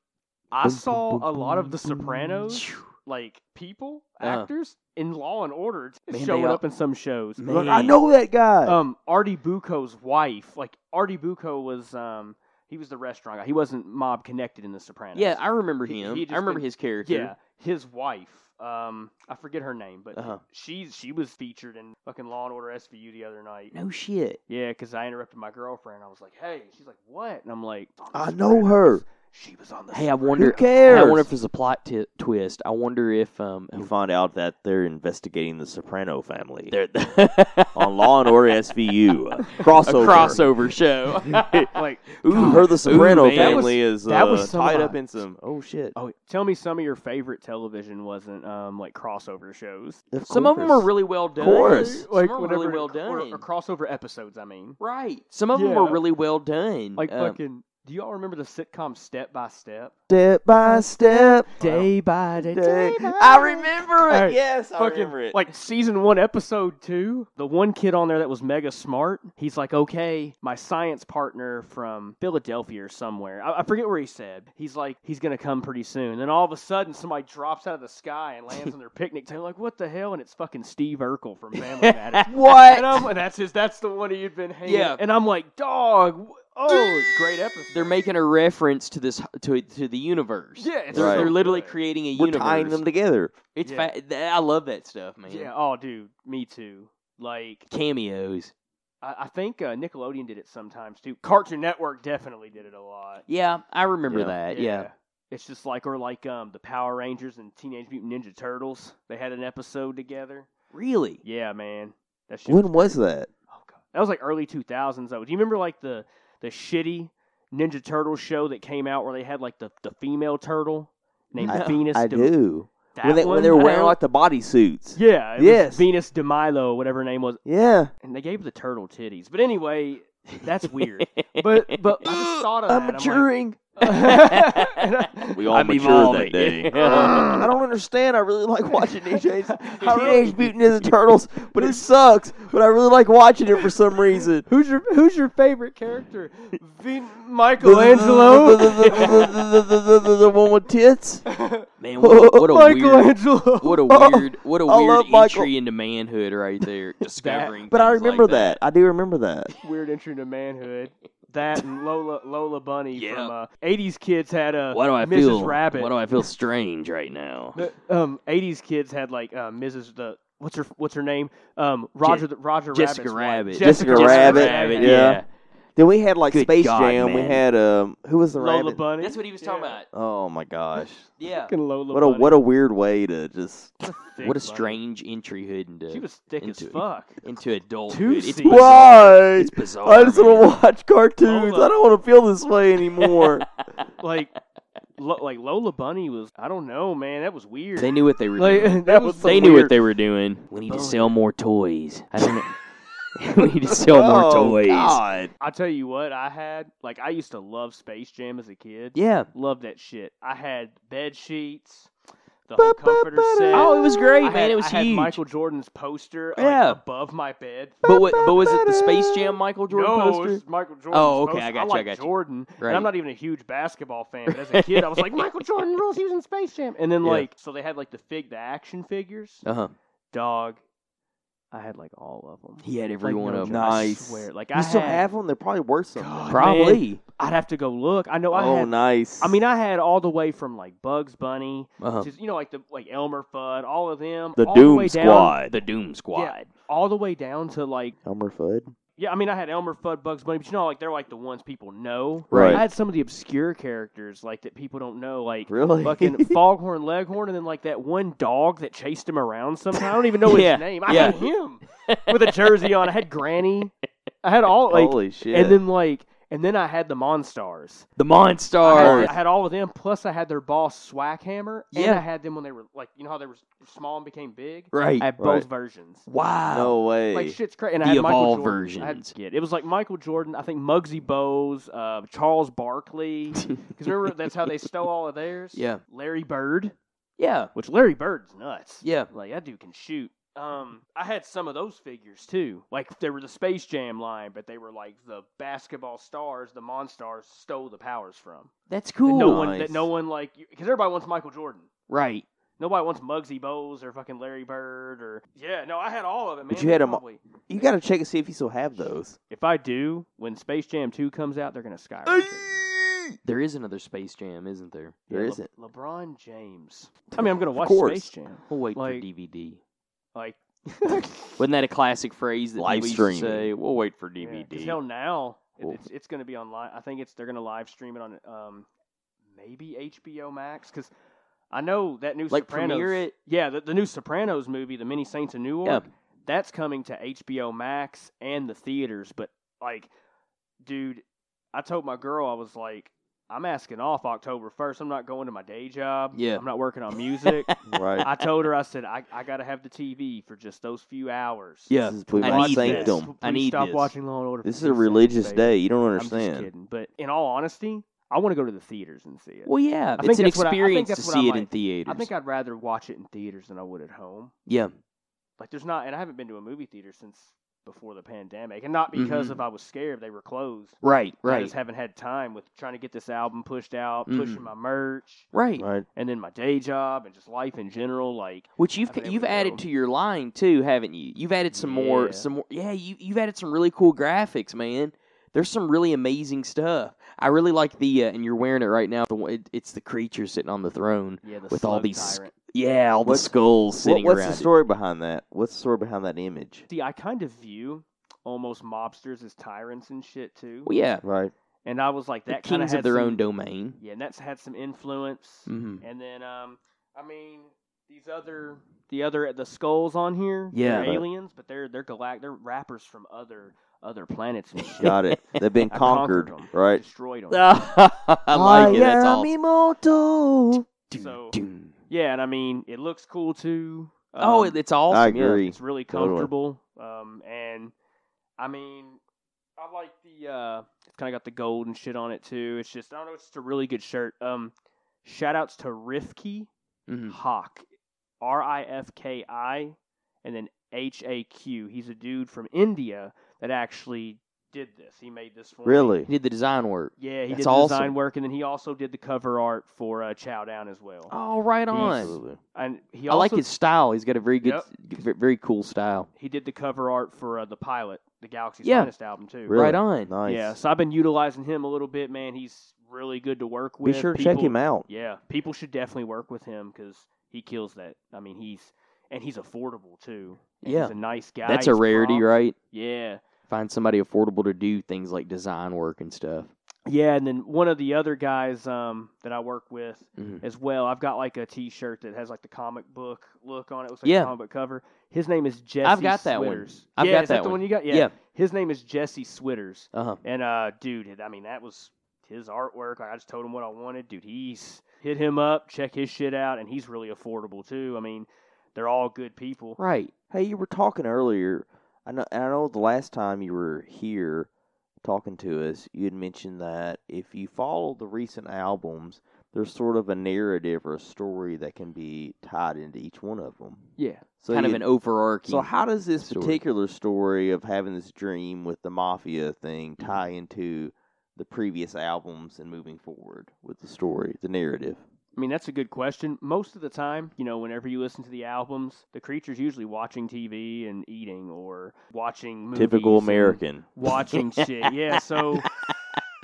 [SPEAKER 2] I
[SPEAKER 3] Boom,
[SPEAKER 2] saw
[SPEAKER 3] boom,
[SPEAKER 2] a
[SPEAKER 3] boom,
[SPEAKER 2] lot of the
[SPEAKER 3] boom.
[SPEAKER 2] Sopranos
[SPEAKER 1] Phew.
[SPEAKER 2] like people,
[SPEAKER 1] Uh-huh.
[SPEAKER 2] actors in Law and Order t-
[SPEAKER 1] Man, they
[SPEAKER 2] showing
[SPEAKER 1] all-
[SPEAKER 2] up in some shows.
[SPEAKER 1] Man.
[SPEAKER 3] Look, I know that guy.
[SPEAKER 2] Um, Artie Bucco's wife, like Artie Bucco was um He was the restaurant guy. He wasn't mob connected in The Sopranos.
[SPEAKER 1] Yeah, I remember
[SPEAKER 2] He-
[SPEAKER 1] him.
[SPEAKER 2] he just
[SPEAKER 1] I remember
[SPEAKER 2] been-
[SPEAKER 1] his character.
[SPEAKER 2] yeah. His wife, um, I forget her name, but
[SPEAKER 1] Uh-huh.
[SPEAKER 2] she she was featured in fucking Law and Order SVU the other night.
[SPEAKER 1] No shit.
[SPEAKER 2] Yeah, because I interrupted my girlfriend. I was like, "Hey," she's like, "What?" And I'm like, "On The
[SPEAKER 3] I know her."
[SPEAKER 2] Sopranos. She was on the.
[SPEAKER 1] Hey, I
[SPEAKER 2] Sopranos."
[SPEAKER 1] wonder.
[SPEAKER 3] Who cares?
[SPEAKER 1] Hey, I wonder if there's a plot t- twist. I wonder if um.
[SPEAKER 3] You find out that they're investigating the Soprano family
[SPEAKER 1] there-
[SPEAKER 3] on Law and Order SVU a crossover.
[SPEAKER 1] a crossover show.
[SPEAKER 2] like,
[SPEAKER 3] Ooh, her the Soprano
[SPEAKER 1] man. That was-
[SPEAKER 3] family is uh,
[SPEAKER 2] that was some
[SPEAKER 3] tied
[SPEAKER 2] of-
[SPEAKER 3] up in some. Oh shit!
[SPEAKER 2] oh, tell me some of your favorite television wasn't um like crossover shows.
[SPEAKER 1] Some of them are really well done.
[SPEAKER 3] course.
[SPEAKER 1] Some
[SPEAKER 2] Like
[SPEAKER 1] are
[SPEAKER 2] whatever-
[SPEAKER 1] really well
[SPEAKER 2] or-
[SPEAKER 1] done.
[SPEAKER 2] or crossover episodes. I mean,
[SPEAKER 1] right. Some of them
[SPEAKER 2] Yeah.
[SPEAKER 1] were really well done.
[SPEAKER 2] like
[SPEAKER 1] Um,
[SPEAKER 2] fucking. Do y'all remember the sitcom Step by Step?
[SPEAKER 3] step by step.
[SPEAKER 2] Day by day.
[SPEAKER 3] I remember it.
[SPEAKER 2] Hey,
[SPEAKER 3] yes, I
[SPEAKER 2] fucking
[SPEAKER 3] remember it.
[SPEAKER 2] like season one, episode two. The one kid on there that was mega smart. He's like, okay, my science partner from Philadelphia or somewhere. I, I forget where he said. He's like, he's gonna come pretty soon. Then all of a sudden, somebody drops out of the sky and lands on their picnic table. Like, what the hell? And it's fucking Steve Urkel from Family Matters.
[SPEAKER 3] what?
[SPEAKER 2] And I'm, and that's his. That's the one he'd been hanging.
[SPEAKER 1] Yeah.
[SPEAKER 2] And I'm like, dog. Oh, great episode.
[SPEAKER 1] they're making a reference to this to to the universe.
[SPEAKER 2] Yeah, it's
[SPEAKER 1] they're,
[SPEAKER 3] Right.
[SPEAKER 1] they're literally
[SPEAKER 2] good.
[SPEAKER 1] creating a
[SPEAKER 3] We're
[SPEAKER 1] universe.
[SPEAKER 3] tying them together.
[SPEAKER 1] It's
[SPEAKER 2] Yeah.
[SPEAKER 1] fa- th- I love that stuff, man.
[SPEAKER 2] Yeah. Oh, dude, me too. Like,
[SPEAKER 1] Cameos.
[SPEAKER 2] I, I think uh, Nickelodeon did it sometimes too. Cartoon Network definitely did it a lot.
[SPEAKER 1] Yeah, I remember
[SPEAKER 3] Uh, Yeah.
[SPEAKER 1] that. Yeah.
[SPEAKER 2] It's just like, or like um, the Power Rangers and Teenage Mutant Ninja Turtles. They had an episode together.
[SPEAKER 1] Really?
[SPEAKER 2] Yeah, man. That shit
[SPEAKER 3] When was that?
[SPEAKER 2] Oh god, that was like early two thousands though. Do you remember like the the shitty Ninja Turtle show that came out where they had like the, the female turtle named
[SPEAKER 1] No,
[SPEAKER 2] Venus?
[SPEAKER 3] I
[SPEAKER 2] De-
[SPEAKER 3] do.
[SPEAKER 2] That
[SPEAKER 3] When they
[SPEAKER 2] one?
[SPEAKER 3] when they were
[SPEAKER 2] I
[SPEAKER 3] wearing
[SPEAKER 2] don't-
[SPEAKER 3] like the bodysuits.
[SPEAKER 2] yeah, it was
[SPEAKER 3] Yes.
[SPEAKER 2] Venus DeMilo, whatever her name was,
[SPEAKER 3] Yeah.
[SPEAKER 2] and they gave the turtle titties. But anyway, that's weird. but but I just thought of
[SPEAKER 3] I'm
[SPEAKER 2] that.
[SPEAKER 3] maturing.
[SPEAKER 2] I'm like,
[SPEAKER 3] we all
[SPEAKER 1] I'm
[SPEAKER 3] matured
[SPEAKER 1] evolving.
[SPEAKER 3] that day.
[SPEAKER 1] Yeah.
[SPEAKER 3] I don't understand. I really like watching DJs.
[SPEAKER 2] I really-
[SPEAKER 3] Teenage Mutant Ninja Turtles, but it sucks. But I really like watching it for some reason.
[SPEAKER 2] who's your who's your favorite character? Vin-
[SPEAKER 3] The, the, the, the, the, the, the, the, the one with tits.
[SPEAKER 1] Man, what a, what a weird,
[SPEAKER 2] Michelangelo.
[SPEAKER 1] what a weird, what a
[SPEAKER 3] I
[SPEAKER 1] weird
[SPEAKER 3] love Michael.
[SPEAKER 1] entry into manhood right there. Discovering.
[SPEAKER 3] But I
[SPEAKER 1] things like
[SPEAKER 3] remember that. I do remember that.
[SPEAKER 2] weird entry to manhood. That and Lola Lola Bunny
[SPEAKER 1] Yeah.
[SPEAKER 2] from uh, 80s kids had a
[SPEAKER 1] Why do I
[SPEAKER 2] Mrs.
[SPEAKER 1] feel?
[SPEAKER 2] Rabbit.
[SPEAKER 1] Why do I feel strange right now?
[SPEAKER 2] um 80s kids had like uh, Mrs. the what's her what's her name? Um Roger the Roger
[SPEAKER 1] Jessica
[SPEAKER 2] Rabbit's
[SPEAKER 1] Rabbit.
[SPEAKER 2] wife.
[SPEAKER 3] Jessica Rabbit,
[SPEAKER 1] Rabbit,
[SPEAKER 3] yeah. Then we had like
[SPEAKER 1] Good
[SPEAKER 3] Space
[SPEAKER 1] God,
[SPEAKER 3] Jam. We
[SPEAKER 1] man.
[SPEAKER 3] had um, who was the
[SPEAKER 2] Lola
[SPEAKER 3] rabbit?
[SPEAKER 2] Bunny.
[SPEAKER 1] That's what he was talking about.
[SPEAKER 3] Oh my gosh!
[SPEAKER 1] Yeah.
[SPEAKER 2] Fucking Lola
[SPEAKER 3] What a
[SPEAKER 2] Bunny.
[SPEAKER 3] what a weird way to just.
[SPEAKER 2] Thick
[SPEAKER 1] What a
[SPEAKER 2] bunny.
[SPEAKER 1] strange entry hood into
[SPEAKER 2] She was thick as
[SPEAKER 1] into it.
[SPEAKER 2] fuck.
[SPEAKER 1] into adulthood.
[SPEAKER 2] Two
[SPEAKER 1] It's
[SPEAKER 2] seats.
[SPEAKER 1] bizarre. It's bizarre.
[SPEAKER 3] I just
[SPEAKER 1] man.
[SPEAKER 3] want to watch cartoons.
[SPEAKER 2] Lola.
[SPEAKER 3] I don't want to feel this way anymore.
[SPEAKER 2] Like lo- like Lola Bunny was I don't know, man, that was weird.
[SPEAKER 1] They knew what they were doing.
[SPEAKER 2] like, that was
[SPEAKER 1] They
[SPEAKER 2] some
[SPEAKER 1] knew
[SPEAKER 2] weird-
[SPEAKER 1] what they were doing. We need to
[SPEAKER 2] Bullying.
[SPEAKER 1] sell more toys. I don't know. we need to sell more
[SPEAKER 3] oh,
[SPEAKER 1] toys.
[SPEAKER 3] God.
[SPEAKER 2] I tell you what, I had like I used to love Space Jam as a kid.
[SPEAKER 1] Yeah.
[SPEAKER 2] Love that shit. I had bed sheets, the whole comforter set.
[SPEAKER 1] Oh, it was great,
[SPEAKER 2] I
[SPEAKER 1] man.
[SPEAKER 2] had-
[SPEAKER 1] it was
[SPEAKER 2] I had
[SPEAKER 1] huge.
[SPEAKER 2] Michael Jordan's poster like,
[SPEAKER 1] Yeah.
[SPEAKER 2] above my bed.
[SPEAKER 1] but what? But was it the Space Jam Michael Jordan
[SPEAKER 2] no,
[SPEAKER 1] poster?
[SPEAKER 2] it's Michael Jordan.
[SPEAKER 1] Oh, okay, I
[SPEAKER 2] I
[SPEAKER 1] got you, I
[SPEAKER 2] like
[SPEAKER 1] got you.
[SPEAKER 2] Jordan.
[SPEAKER 1] Right.
[SPEAKER 2] And I'm not even a huge basketball fan, but as a kid, I was like, Michael Jordan rules. He was in Space Jam. And then
[SPEAKER 1] Yeah.
[SPEAKER 2] like, so they had like the fig, the action figures.
[SPEAKER 1] Uh huh.
[SPEAKER 2] Dog, I had like all of them.
[SPEAKER 1] He had every one of them.
[SPEAKER 3] Nice.
[SPEAKER 2] I swear, like
[SPEAKER 3] You
[SPEAKER 2] I
[SPEAKER 3] still
[SPEAKER 2] had-
[SPEAKER 3] have them? They're probably worth something.
[SPEAKER 2] God, man,
[SPEAKER 1] Probably.
[SPEAKER 2] I'd have to go look. I know I
[SPEAKER 3] oh,
[SPEAKER 2] had
[SPEAKER 3] nice.
[SPEAKER 2] I mean, I had all the way from like Bugs Bunny,
[SPEAKER 1] Uh-huh.
[SPEAKER 2] to, you know, like the like Elmer Fudd, all of them,
[SPEAKER 3] the
[SPEAKER 2] all the
[SPEAKER 3] Doom
[SPEAKER 2] way down,
[SPEAKER 3] Squad.
[SPEAKER 1] The Doom Squad.
[SPEAKER 2] all the way down to like
[SPEAKER 3] Elmer Fudd.
[SPEAKER 2] yeah. I mean, I had Elmer Fudd, Bugs Bunny, but you know, like they're like the ones people know.
[SPEAKER 3] Right.
[SPEAKER 2] I had some of the obscure characters like that people don't know, like
[SPEAKER 3] Really?
[SPEAKER 2] fucking Foghorn Leghorn, and then like that one dog that chased him around sometime. I don't even know
[SPEAKER 1] Yeah,
[SPEAKER 2] his name. I
[SPEAKER 1] yeah.
[SPEAKER 2] had him with a jersey on. I had Granny. I had all like,
[SPEAKER 3] Holy shit!
[SPEAKER 2] and then like. And then I had the Monstars.
[SPEAKER 1] The
[SPEAKER 2] I
[SPEAKER 1] Monstars.
[SPEAKER 2] had, I had all of them. Plus, I had their boss Swackhammer, and
[SPEAKER 1] Yeah.
[SPEAKER 2] I had them when they were like, you know how they were small and became big.
[SPEAKER 1] Right.
[SPEAKER 2] I had both
[SPEAKER 3] Right.
[SPEAKER 2] versions.
[SPEAKER 1] wow.
[SPEAKER 3] no way.
[SPEAKER 2] Like shit's crazy. And
[SPEAKER 1] The
[SPEAKER 2] I had Michael
[SPEAKER 1] evolved
[SPEAKER 2] Jordan. I had-
[SPEAKER 1] versions.
[SPEAKER 2] yeah, it was like Michael Jordan. I think Muggsy Bowes, uh, Charles Barkley. Because remember that's how they stole all of theirs.
[SPEAKER 1] Yeah.
[SPEAKER 2] Larry Bird,
[SPEAKER 1] Yeah.
[SPEAKER 2] which Larry Bird's nuts.
[SPEAKER 1] Yeah.
[SPEAKER 2] Like that dude can shoot. Um, I had some of those figures too. Like they were the Space Jam line, but they were like the basketball stars. The Monstars stole the powers from
[SPEAKER 1] That's
[SPEAKER 2] that
[SPEAKER 1] cool.
[SPEAKER 2] no one
[SPEAKER 3] Nice.
[SPEAKER 2] that no one like because everybody wants Michael Jordan.
[SPEAKER 1] Right.
[SPEAKER 2] Nobody wants Muggsy Bowes or fucking Larry Bird or yeah. No, I had all of it, man.
[SPEAKER 3] But you had 'em all-
[SPEAKER 2] Probably.
[SPEAKER 3] You got to check and see if you still have those.
[SPEAKER 2] If I do, when Space Jam Two comes out, they're gonna skyrocket.
[SPEAKER 1] There is another Space Jam, isn't there?
[SPEAKER 3] There
[SPEAKER 2] Yeah, Le-
[SPEAKER 3] isn't.
[SPEAKER 2] LeBron James. I mean, I'm gonna watch
[SPEAKER 3] course.
[SPEAKER 2] Space Jam.
[SPEAKER 1] We'll wait
[SPEAKER 2] Like-
[SPEAKER 1] for DVD.
[SPEAKER 2] Like,
[SPEAKER 1] Wasn't that a classic phrase that
[SPEAKER 3] Live
[SPEAKER 1] people used to
[SPEAKER 3] streaming.
[SPEAKER 1] say? We'll wait for
[SPEAKER 2] Yeah, 'cause
[SPEAKER 1] DVD.
[SPEAKER 2] hell, now it-
[SPEAKER 1] Cool.
[SPEAKER 2] it's it's going to be online. I think it's they're going to live stream it on um maybe HBO Max because I know that new
[SPEAKER 1] like
[SPEAKER 2] Sopranos.
[SPEAKER 1] premiere it.
[SPEAKER 2] Yeah, the, the new Sopranos movie, The Many Saints of Newark.
[SPEAKER 1] Yeah.
[SPEAKER 2] That's coming to HBO Max and the theaters. But like, dude, I told my girl I was like. I'm asking off October 1st. I'm not going to my day job.
[SPEAKER 1] Yeah.
[SPEAKER 2] I'm not working on music.
[SPEAKER 3] Right.
[SPEAKER 2] I told her, I said, I, I got to have the TV for just those few hours.
[SPEAKER 1] Yeah,
[SPEAKER 3] This is Blue
[SPEAKER 1] I
[SPEAKER 3] Light
[SPEAKER 1] need this.
[SPEAKER 3] Sanctum.
[SPEAKER 1] I
[SPEAKER 2] Please
[SPEAKER 1] need
[SPEAKER 2] stop
[SPEAKER 1] this.
[SPEAKER 2] watching Law and Order.
[SPEAKER 3] This is
[SPEAKER 2] for
[SPEAKER 3] a
[SPEAKER 2] your sake,
[SPEAKER 3] religious
[SPEAKER 2] baby.
[SPEAKER 3] day. You don't
[SPEAKER 2] I'm just
[SPEAKER 3] understand.
[SPEAKER 2] kidding, but in all honesty, I want to go to the theaters and see it.
[SPEAKER 1] Well, yeah, it's
[SPEAKER 2] I think
[SPEAKER 1] an
[SPEAKER 2] that's what I- I think
[SPEAKER 1] experience to
[SPEAKER 2] that's what I
[SPEAKER 1] see it
[SPEAKER 2] like.
[SPEAKER 1] in theaters.
[SPEAKER 2] I think I'd rather watch it in theaters than I would at home.
[SPEAKER 1] yeah,
[SPEAKER 2] Like, there's not, and I haven't been to a movie theater since before the pandemic, and not because
[SPEAKER 1] Mhm.
[SPEAKER 2] if I was scared they were closed.
[SPEAKER 1] right,
[SPEAKER 2] I
[SPEAKER 1] right,
[SPEAKER 2] just haven't had time with trying to get this album pushed out,
[SPEAKER 1] Mhm.
[SPEAKER 2] pushing my merch,
[SPEAKER 1] right.
[SPEAKER 3] Right.
[SPEAKER 2] and then my day job and just life in general. Like,
[SPEAKER 1] Which you've
[SPEAKER 2] I've been able
[SPEAKER 1] you've
[SPEAKER 2] to
[SPEAKER 1] added
[SPEAKER 2] go.
[SPEAKER 1] to your line too, haven't you? You've added some
[SPEAKER 2] Yeah.
[SPEAKER 1] more, some more. Yeah, you you've added some really cool graphics, man. There's some really amazing stuff. I really like the, uh, and you're wearing it right now. The one- it, it's the creature sitting on the throne.
[SPEAKER 2] yeah, the
[SPEAKER 1] With all
[SPEAKER 2] slug
[SPEAKER 1] these sc-
[SPEAKER 2] tyrant.
[SPEAKER 1] Yeah, all the
[SPEAKER 3] What's-
[SPEAKER 1] skulls
[SPEAKER 3] What,
[SPEAKER 1] sitting
[SPEAKER 3] what's
[SPEAKER 1] around.
[SPEAKER 3] the
[SPEAKER 1] it.
[SPEAKER 3] story behind that? What's the story behind that image?
[SPEAKER 2] See, I kind of view almost mobsters as tyrants and shit too.
[SPEAKER 1] Well, yeah,
[SPEAKER 3] Right.
[SPEAKER 2] and I was like,
[SPEAKER 1] the
[SPEAKER 2] that kind
[SPEAKER 1] kings of
[SPEAKER 2] had
[SPEAKER 1] their
[SPEAKER 2] some,
[SPEAKER 1] own domain.
[SPEAKER 2] Yeah, and that's had some influence.
[SPEAKER 1] hmm
[SPEAKER 2] And then, um, I mean, these other, the other, the skulls on here,
[SPEAKER 1] Yeah,
[SPEAKER 2] they're
[SPEAKER 1] but-
[SPEAKER 2] aliens, but they're they're galact, they're rappers from other other planets and shit.
[SPEAKER 3] Got it. They've been
[SPEAKER 2] I
[SPEAKER 3] conquered.
[SPEAKER 2] them,
[SPEAKER 3] right.
[SPEAKER 2] Destroyed them.
[SPEAKER 1] I like it. That's all.
[SPEAKER 4] immortal.
[SPEAKER 1] Dun,
[SPEAKER 2] So-
[SPEAKER 1] dun.
[SPEAKER 2] Yeah, and I mean, it looks cool too.
[SPEAKER 1] oh,
[SPEAKER 2] Um,
[SPEAKER 1] it, it's awesome.
[SPEAKER 3] I
[SPEAKER 1] yeah.
[SPEAKER 3] agree.
[SPEAKER 2] It's really
[SPEAKER 3] Totally.
[SPEAKER 2] comfortable. Um, and I mean, I like the uh, it's kind of got the gold and shit on it too. It's just I don't know, it's just a really good shirt. Um, shout outs to Rifki
[SPEAKER 1] Mhm.
[SPEAKER 2] Hawk, R I F K I, and then H A Q. He's a dude from India that actually did this. He made this for me.
[SPEAKER 3] Really?
[SPEAKER 1] He did the design work.
[SPEAKER 2] Yeah, he
[SPEAKER 1] That's
[SPEAKER 2] did the
[SPEAKER 1] awesome.
[SPEAKER 2] design work, and then he also did the cover art for uh, Chow Down as well.
[SPEAKER 1] Oh, right
[SPEAKER 2] He's-
[SPEAKER 1] on.
[SPEAKER 3] Absolutely.
[SPEAKER 2] And he
[SPEAKER 1] I like
[SPEAKER 2] also
[SPEAKER 1] his style. He's got a very good,
[SPEAKER 2] Yep.
[SPEAKER 1] v very cool style.
[SPEAKER 2] he did the cover art for uh, the pilot, the Galaxy's
[SPEAKER 1] Yeah.
[SPEAKER 2] Finest album too.
[SPEAKER 3] Really?
[SPEAKER 1] Right on.
[SPEAKER 3] Nice.
[SPEAKER 2] Yeah, so I've been utilizing him a little bit, man. He's really good to work
[SPEAKER 3] Be
[SPEAKER 2] with.
[SPEAKER 3] sure to check
[SPEAKER 2] People-
[SPEAKER 3] him out.
[SPEAKER 2] Yeah, people should definitely work with him because he kills that. I mean, he's and he's affordable too. And
[SPEAKER 1] Yeah.
[SPEAKER 2] he's a nice guy.
[SPEAKER 1] That's a
[SPEAKER 2] He's
[SPEAKER 1] rarity,
[SPEAKER 2] prompt.
[SPEAKER 1] right?
[SPEAKER 2] Yeah,
[SPEAKER 1] Find somebody affordable to do things like design work and stuff.
[SPEAKER 2] yeah. And then one of the other guys um, that I work with
[SPEAKER 1] Mhm.
[SPEAKER 2] as well, I've got like a T-shirt that has like the comic book look on it. Looks like
[SPEAKER 1] Yeah.
[SPEAKER 2] a comic book cover. His name is Jesse.
[SPEAKER 1] I've got that one.
[SPEAKER 2] Switters.
[SPEAKER 1] I've
[SPEAKER 2] yeah,
[SPEAKER 1] got
[SPEAKER 2] is that,
[SPEAKER 1] that
[SPEAKER 2] the
[SPEAKER 1] one.
[SPEAKER 2] one you got?
[SPEAKER 1] Yeah.
[SPEAKER 2] His name is Jesse Switters.
[SPEAKER 1] Uh huh.
[SPEAKER 2] And uh, dude, I mean, that was his artwork. Like, I just told him what I wanted. Dude, he's hit him up, check his shit out, and he's really affordable too. I mean, they're all good people.
[SPEAKER 1] Right.
[SPEAKER 3] Hey, you were talking earlier. I know. and I know the last time you were here talking to us, you had mentioned that if you follow the recent albums, there's sort of a narrative or a story that can be tied into each one of them.
[SPEAKER 2] Yeah.
[SPEAKER 3] So
[SPEAKER 1] kind of
[SPEAKER 3] you-
[SPEAKER 1] an overarching.
[SPEAKER 3] So how does this
[SPEAKER 1] story.
[SPEAKER 3] particular story of having this dream with the mafia thing
[SPEAKER 1] Mm-hmm.
[SPEAKER 3] tie into the previous albums and moving forward with the story, the narrative?
[SPEAKER 2] I mean, that's a good question. Most of the time, you know, whenever you listen to the albums, the creature's usually watching TV and eating or watching movies. and Watching shit. Yeah, so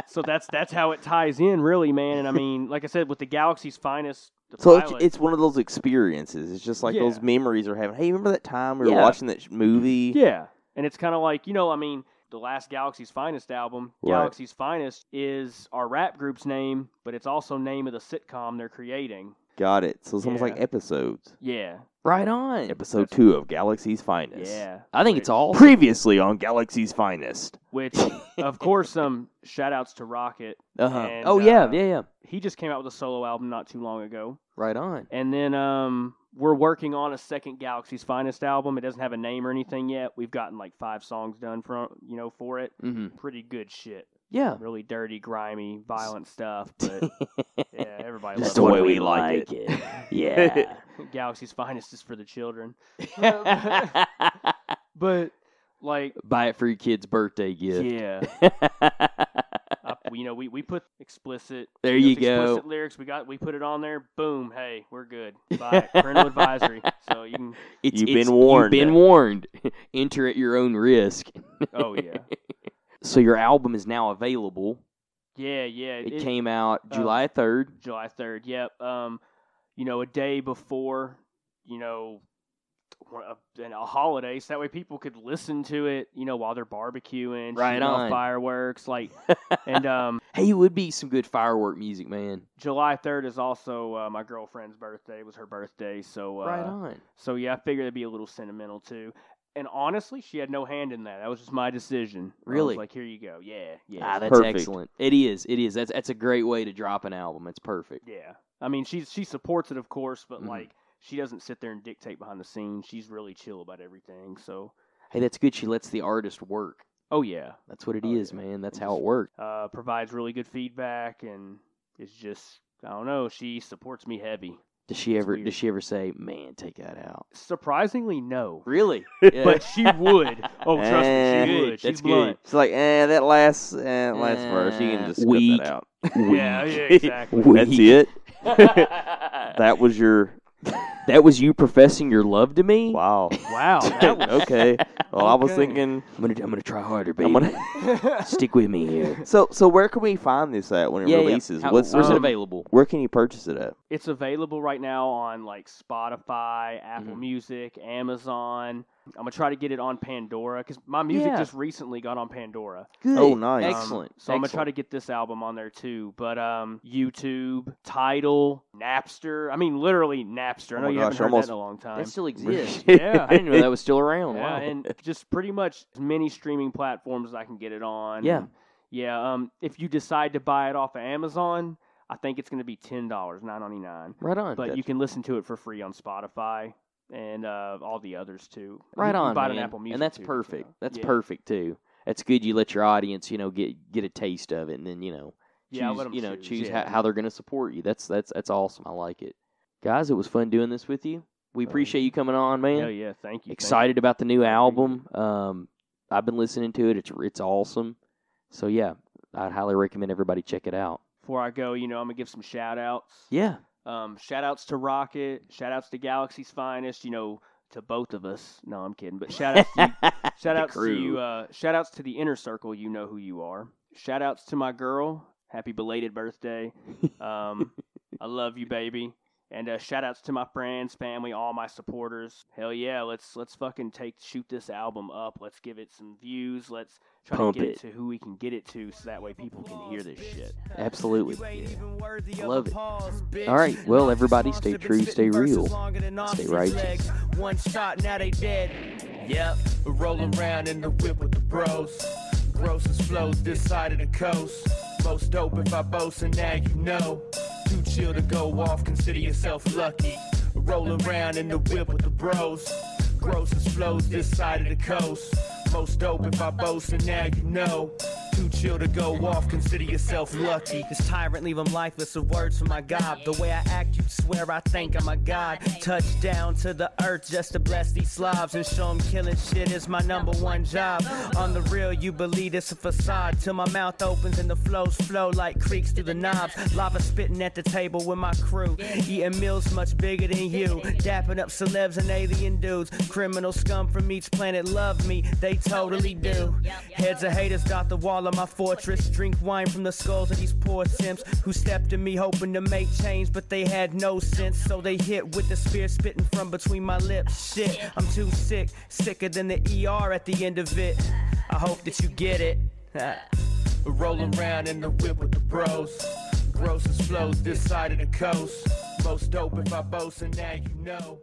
[SPEAKER 2] so that's that's how it ties in really, man. And I mean, like I said with the Galaxy's Finest the
[SPEAKER 3] So it's,
[SPEAKER 2] pilot,
[SPEAKER 3] it's one of those experiences. It's just like
[SPEAKER 2] Yeah.
[SPEAKER 3] those memories are having. Hey, remember that time we were
[SPEAKER 1] Yeah.
[SPEAKER 3] watching that sh- movie?
[SPEAKER 2] Yeah. And it's kind of like, you know, I mean, the last Galaxy's Finest album,
[SPEAKER 3] Right.
[SPEAKER 2] Galaxy's Finest, is our rap group's name, but it's also name of the sitcom they're creating.
[SPEAKER 3] Got it. So it's almost
[SPEAKER 2] Yeah.
[SPEAKER 3] like episodes.
[SPEAKER 2] Yeah.
[SPEAKER 1] right on.
[SPEAKER 3] Episode two of Galaxy's Finest.
[SPEAKER 2] Yeah.
[SPEAKER 1] I think it's
[SPEAKER 2] Which-
[SPEAKER 1] awesome.
[SPEAKER 3] Previously on Galaxy's Finest.
[SPEAKER 2] Which, of course, um, shout outs to Rocket.
[SPEAKER 1] Uh-huh.
[SPEAKER 2] and,
[SPEAKER 1] Oh yeah,
[SPEAKER 2] uh,
[SPEAKER 1] yeah, yeah.
[SPEAKER 2] He just came out with a solo album not too long ago.
[SPEAKER 1] Right on.
[SPEAKER 2] And then um, we're working on a second Galaxy's Finest album. It doesn't have a name or anything yet. We've gotten like five songs done from, you know, for it.
[SPEAKER 1] Mm-hmm.
[SPEAKER 2] Pretty good shit.
[SPEAKER 1] Yeah.
[SPEAKER 2] Really dirty, grimy, violent stuff, but yeah, everybody
[SPEAKER 1] Just the
[SPEAKER 2] loves it.
[SPEAKER 1] way we like it. yeah.
[SPEAKER 2] Galaxy's Finest is for the children. But like,
[SPEAKER 1] Buy it for your kid's birthday gift.
[SPEAKER 2] yeah, I you know, we, we put explicit.
[SPEAKER 1] There
[SPEAKER 2] if
[SPEAKER 1] you
[SPEAKER 2] it's
[SPEAKER 1] go.
[SPEAKER 2] Explicit lyrics. We got we put it on there. Boom. Hey, we're good. Bye. Parental advisory. So you can.
[SPEAKER 1] It's,
[SPEAKER 3] You've
[SPEAKER 1] it's-
[SPEAKER 3] been warned.
[SPEAKER 1] You've been warned. Enter at your own risk.
[SPEAKER 2] Oh yeah.
[SPEAKER 1] So your album is now available.
[SPEAKER 2] Yeah yeah.
[SPEAKER 1] It, came out
[SPEAKER 2] uh,
[SPEAKER 1] July third.
[SPEAKER 2] July third. Yep. Um, you know, a day before, you know, one- a- and a holiday, so that way people could listen to it. You know, while they're barbecuing,
[SPEAKER 1] Right
[SPEAKER 2] shooting off
[SPEAKER 1] on.
[SPEAKER 2] fireworks, like, and um,
[SPEAKER 1] Hey, it would be some good firework music, man.
[SPEAKER 2] July third is also uh, my girlfriend's birthday. It was her birthday, so uh,
[SPEAKER 1] right on.
[SPEAKER 2] so yeah, I figured it'd be a little sentimental too. And honestly, she had no hand in that. That was just my decision. I was
[SPEAKER 1] Really?
[SPEAKER 2] like, here you go. Yeah, yeah.
[SPEAKER 1] Ah, that's
[SPEAKER 3] perfect.
[SPEAKER 1] excellent. It is. It is. That's that's a great way to drop an album. It's perfect.
[SPEAKER 2] Yeah. I mean, she she supports it, of course, but
[SPEAKER 1] Mhm.
[SPEAKER 2] like she doesn't sit there and dictate behind the scenes. She's really chill about everything. So,
[SPEAKER 1] Hey, that's good. She lets the artist work.
[SPEAKER 2] oh yeah,
[SPEAKER 1] That's what it is,
[SPEAKER 2] Oh, yeah.
[SPEAKER 1] man. That's
[SPEAKER 2] It
[SPEAKER 1] how
[SPEAKER 2] just-
[SPEAKER 1] it works.
[SPEAKER 2] uh, provides really good feedback and it's just I don't know. She supports me heavy.
[SPEAKER 1] Does she
[SPEAKER 2] it's
[SPEAKER 1] ever?
[SPEAKER 2] weird.
[SPEAKER 1] Does she ever say, "Man, take that out"?
[SPEAKER 2] Surprisingly, no.
[SPEAKER 1] Really?
[SPEAKER 2] But she would. Oh, trust me,
[SPEAKER 3] Eh,
[SPEAKER 2] she would.
[SPEAKER 1] good.
[SPEAKER 2] She's
[SPEAKER 1] That's good.
[SPEAKER 2] blunt.
[SPEAKER 3] It's like, eh, that last, eh, that last
[SPEAKER 1] Eh,
[SPEAKER 3] verse, you can just
[SPEAKER 1] weak.
[SPEAKER 3] cut that out.
[SPEAKER 2] Yeah, yeah, exactly.
[SPEAKER 3] That's it.
[SPEAKER 1] that
[SPEAKER 3] That was your
[SPEAKER 1] that was you professing your love to me.
[SPEAKER 3] wow.
[SPEAKER 2] Wow, that was
[SPEAKER 3] okay. Well, I was
[SPEAKER 2] Okay.
[SPEAKER 3] thinking.
[SPEAKER 1] I'm gonna I'm gonna try harder, baby.
[SPEAKER 3] I'm gonna,
[SPEAKER 1] Stick with me here.
[SPEAKER 3] so, so where can we find this at when it releases?
[SPEAKER 1] How-
[SPEAKER 3] What's uh,
[SPEAKER 1] where's
[SPEAKER 2] um,
[SPEAKER 1] it available?
[SPEAKER 3] where can you purchase it at?
[SPEAKER 2] it's available right now on like Spotify, Apple
[SPEAKER 1] Mhm.
[SPEAKER 2] Music, Amazon. I'm gonna try to get it on Pandora because my music
[SPEAKER 1] Yeah.
[SPEAKER 2] just recently got on Pandora.
[SPEAKER 1] Good.
[SPEAKER 3] Oh, nice.
[SPEAKER 2] Um,
[SPEAKER 1] Excellent.
[SPEAKER 2] so I'm gonna try to get this album on there too. But um, YouTube, Tidal, Napster. I mean, literally Napster. I
[SPEAKER 3] Oh
[SPEAKER 2] know
[SPEAKER 3] my
[SPEAKER 2] you
[SPEAKER 3] gosh,
[SPEAKER 2] haven't heard
[SPEAKER 3] almost-
[SPEAKER 2] that in a long time.
[SPEAKER 1] That still exists.
[SPEAKER 2] Yeah.
[SPEAKER 1] I didn't know that was still around.
[SPEAKER 2] Yeah,
[SPEAKER 1] Oh, wow.
[SPEAKER 2] and just pretty much as many streaming platforms as I can get it on.
[SPEAKER 1] Yeah.
[SPEAKER 2] And, yeah. Um, if you decide to buy it off of Amazon, I think it's gonna be ten dollars, nine ninety nine.
[SPEAKER 1] right on.
[SPEAKER 2] But you
[SPEAKER 3] Gotcha.
[SPEAKER 2] can listen to it for free on Spotify and uh, all the others too. You
[SPEAKER 1] right
[SPEAKER 2] can
[SPEAKER 1] on,
[SPEAKER 2] buy it
[SPEAKER 1] man.
[SPEAKER 2] Apple Music
[SPEAKER 1] and that's
[SPEAKER 2] too, but, you
[SPEAKER 1] perfect.
[SPEAKER 2] know.
[SPEAKER 1] That's
[SPEAKER 2] Yeah.
[SPEAKER 1] perfect too. That's good. You let your audience, you know, get get a taste of it, and then you know, choose,
[SPEAKER 2] Yeah, I'll let 'em
[SPEAKER 1] you know, choose
[SPEAKER 2] yeah.
[SPEAKER 1] how, how they're going to support you. That's that's that's awesome. I like it, guys. It was fun doing this with you. We
[SPEAKER 3] yeah.
[SPEAKER 1] appreciate you coming on, man.
[SPEAKER 2] Oh, Hell Oh, yeah, thank you. thank you.
[SPEAKER 1] Excited about the new
[SPEAKER 2] Thank you.
[SPEAKER 1] album. Um, I've been listening to it. It's it's awesome. So yeah, I'd highly recommend everybody check it out.
[SPEAKER 2] Before I go, you know, I'm gonna give some shout outs.
[SPEAKER 1] Yeah,
[SPEAKER 2] Um, shout outs to Rocket. Shout outs to Galaxy's Finest. You know, to both of us. No, I'm kidding. But shout outs to you, shout outs to
[SPEAKER 1] crew.
[SPEAKER 2] you. Uh, shout outs to the inner circle. You know who you are. Shout outs to my girl. Happy belated birthday. Um, I love you, baby. And uh, shout outs to my friends, family, all my supporters. Hell yeah, let's let's fucking take shoot this album up. Let's give it some views. Let's try
[SPEAKER 1] Pump
[SPEAKER 2] to get
[SPEAKER 1] it.
[SPEAKER 2] it to who we can get it to, so that way people can hear this shit.
[SPEAKER 1] absolutely. Love
[SPEAKER 5] Love
[SPEAKER 1] it.
[SPEAKER 5] it.
[SPEAKER 1] All right, well, everybody, stay true, stay real, stay righteous.
[SPEAKER 5] One shot, now they dead. Yep, roll around in the whip with the bros. Grossest flows this side of the coast. Most dope if I boast, and now you know. Too chill to go off, consider yourself lucky. Roll around in the whip with the bros. Grossest flows this side of the coast. Most dope if I boast, and now you know. Too chill to go off, consider yourself lucky. This tyrant leave him lifeless, the words from my God. The way I act, you swear I think I'm a god. Touchdown to the earth just to bless these Slavs and show 'em killing shit is my number one job. On the real, you believe it's a facade till my mouth opens and the flows flow like creeks through the knobs. Lava spitting at the table with my crew, eating meals much bigger than you. Dapping up celebs and alien dudes, criminal scum from each planet love me. They totally do. Heads of haters dot the wall of my fortress. Drink wine from the skulls of these poor simps who stepped in me hoping to make change, but they had no sense. So they hit with the spear spitting from between my lips. Shit, I'm too sick, sicker than the ER at the end of it. I hope that you get it. Rolling around in the whip with the bros. Grossest flows this side of the coast. Most dope if I boast, and now you know.